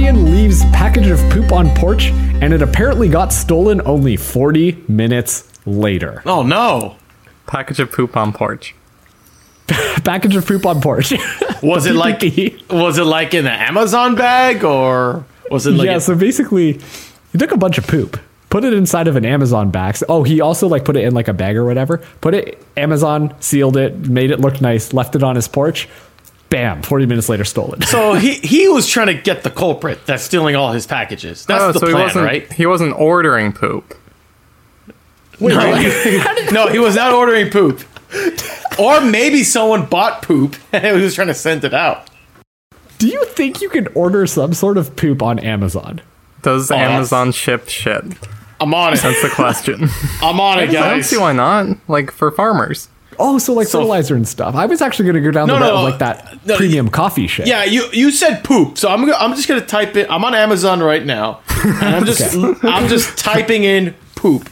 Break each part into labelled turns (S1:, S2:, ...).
S1: leaves package of poop on porch, and it apparently got stolen only 40 minutes later.
S2: Oh no!
S3: Package of poop on porch.
S1: package of poop on porch.
S2: Was it like
S1: PPP.
S2: was it like in an Amazon bag or was it like
S1: yeah, so basically, he took a bunch of poop, put it inside of an Amazon bag. Oh, he also like put it in like a bag or whatever. Put it Amazon, sealed it, made it look nice, left it on his porch. Bam! Forty minutes later, stolen.
S2: so he he was trying to get the culprit that's stealing all his packages. That's the
S3: Oh, he
S2: plan,
S3: wasn't
S2: right?
S3: he wasn't ordering poop.
S2: No, he was not ordering poop. or maybe someone bought poop and he was trying to send it out.
S1: Do you think you can order some sort of poop on Amazon?
S3: Does
S2: Oh, that's-
S3: Amazon ship shit?
S2: I'm on it.
S3: That's the question.
S2: I'm on it,
S3: I don't
S2: guys.
S3: see why not. Like for farmers.
S1: Oh, so like
S2: So-
S1: fertilizer and stuff. I was actually going to go down
S2: No,
S1: the road
S2: no,
S1: of, like that
S2: no,
S1: premium coffee shit.
S2: Yeah, you you said poop, so I'm gonna, I'm just gonna type it. I'm on Amazon right now, and I'm just I'm just typing in poop.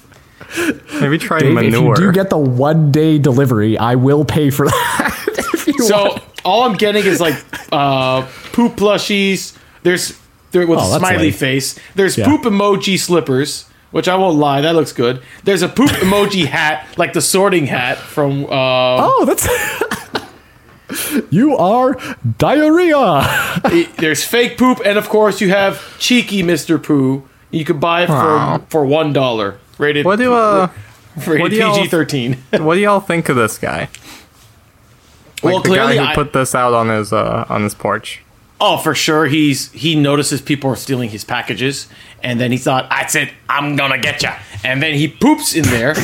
S3: Maybe try
S1: Dave, if
S3: manure.
S1: you do get the one day delivery, I will pay for that. if you
S2: So
S1: want.
S2: all I'm getting is like uh, poop plushies. There's there with
S1: Oh,
S2: a
S1: that's
S2: smiley
S1: light.
S2: face. There's
S1: Yeah.
S2: poop emoji slippers, which I won't lie, that looks good. There's a poop emoji hat, like the sorting hat from. Uh,
S1: oh, that's you are diarrhea.
S2: it- there's fake poop, and of course you have cheeky Mister Poo. You could buy it
S3: Aw.
S2: for for one dollar. Rated
S3: what do uh what
S2: rated
S3: do y'all-
S2: PG thirteen.
S3: what do y'all think of this guy? Like
S2: well,
S3: the
S2: clearly,
S3: guy who
S2: I-
S3: put this out on his uh on his porch.
S2: oh for sure he's he notices people are stealing his packages and then he thought i said i'm gonna get ya and then he poops in there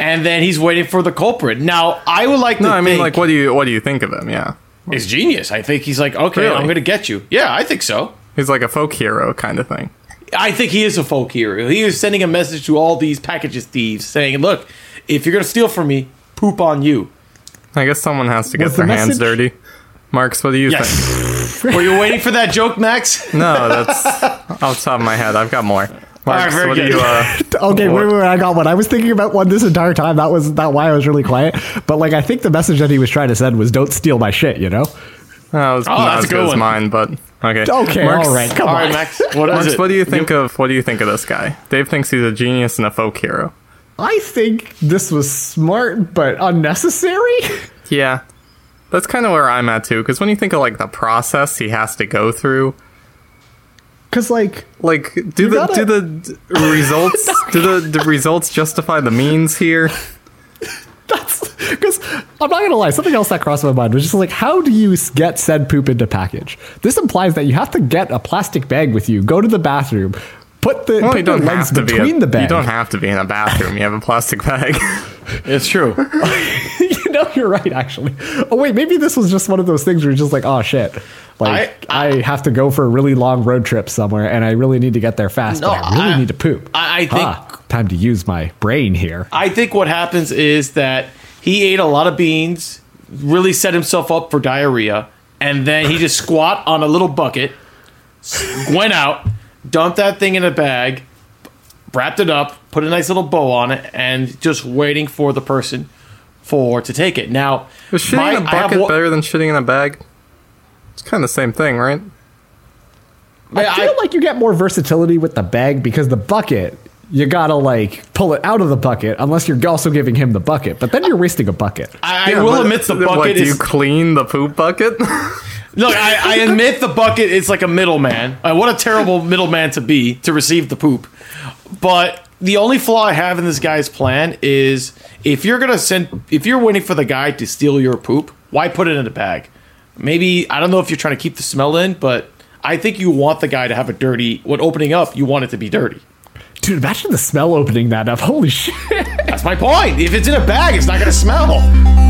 S2: and then he's waiting for the culprit now i would like
S3: No,
S2: to
S3: I mean
S2: think
S3: like what do you what do you think of him? Yeah.
S2: is genius i think he's like okay
S3: Really?
S2: i'm gonna get you yeah i think so
S3: He's like a folk hero kind of thing.
S2: i think he is a folk hero he is sending a message to all these packages thieves saying look if you're gonna steal from me poop on you
S3: I guess someone has to get
S1: Was
S3: their
S1: the
S3: hands
S1: message-
S3: dirty. Marks, what do you think?
S2: yes were you waiting for that joke max
S3: No, that's off the top of my head. I've got more. Marks,
S2: very
S3: what
S2: good.
S3: do you uh
S1: Okay, wait, wait, wait, I got one. I was thinking about one this entire time. That was not why I was really quiet. But like, I think the message that he was trying to send was, "Don't steal my shit." You know?
S3: That was
S2: Oh, that's
S3: not
S2: a
S3: as
S2: good
S3: good as
S2: one.
S3: mine, but okay.
S1: Okay,
S3: Marks,
S1: all right, come
S2: all
S1: on.
S2: right max what is
S3: Marks,
S2: it
S3: what do you think of what do you think of this guy? Dave thinks he's a genius and a folk hero.
S1: I think this was smart but unnecessary.
S3: Yeah, that's kind of where I'm at too. Because when you think of like the process he has to go through,
S1: Because like,
S3: like do the
S1: gotta-
S3: do the d- results do the, the results justify the means here?
S1: that's because I'm not gonna lie. Something else that crossed my mind was just like, how do you s- get said poop into package? This implies that you have to get a plastic bag with you, go to the bathroom, put the
S3: Well, you
S1: put your
S3: don't have
S1: legs
S3: to be. A,
S1: between the bag.
S3: You don't have to be in a bathroom. You have a plastic bag.
S2: it's true
S1: you know, you're right, actually. Oh, wait, maybe this was just one of those things where you're just like, oh, shit. Like, I, have to go for a really long road trip somewhere and I really need to get there fast,
S2: No,
S1: but I really
S2: I-
S1: need to poop.
S2: I- I think-
S1: time to use my brain here.
S2: I think what happens is that he ate a lot of beans, really set himself up for diarrhea, and then he just squat on a little bucket, s- went out, dumped that thing in a bag, wrapped it up, put a nice little bow on it, and just waiting for the person for to take it. Now,
S3: Is shitting
S2: my-
S3: in a
S2: I have
S3: bucket
S2: one-
S3: better than shitting in a bag? It's kind of the same thing, right?
S1: I,
S2: I-
S1: feel like you get more versatility with the bag because the bucket, you gotta like pull it out of the bucket unless you're also giving him the bucket, but then you're wasting a bucket.
S2: I, I
S3: Yeah,
S2: will
S3: but-
S2: admit the
S3: what,
S2: bucket
S3: do you
S2: is
S3: clean the poop bucket?
S2: look. I, I admit the bucket is like a middleman. Uh, what a terrible middleman to be to receive the poop. But the only flaw I have in this guy's plan is if you're gonna send, if you're waiting for the guy to steal your poop, why put it in a bag? Maybe I don't know if you're trying to keep the smell in, but I think you want the guy to have a dirty. When opening up, you want it to be dirty.
S1: Dude, imagine the smell opening that up. Holy shit.
S2: That's my point. If it's in a bag, it's not gonna smell.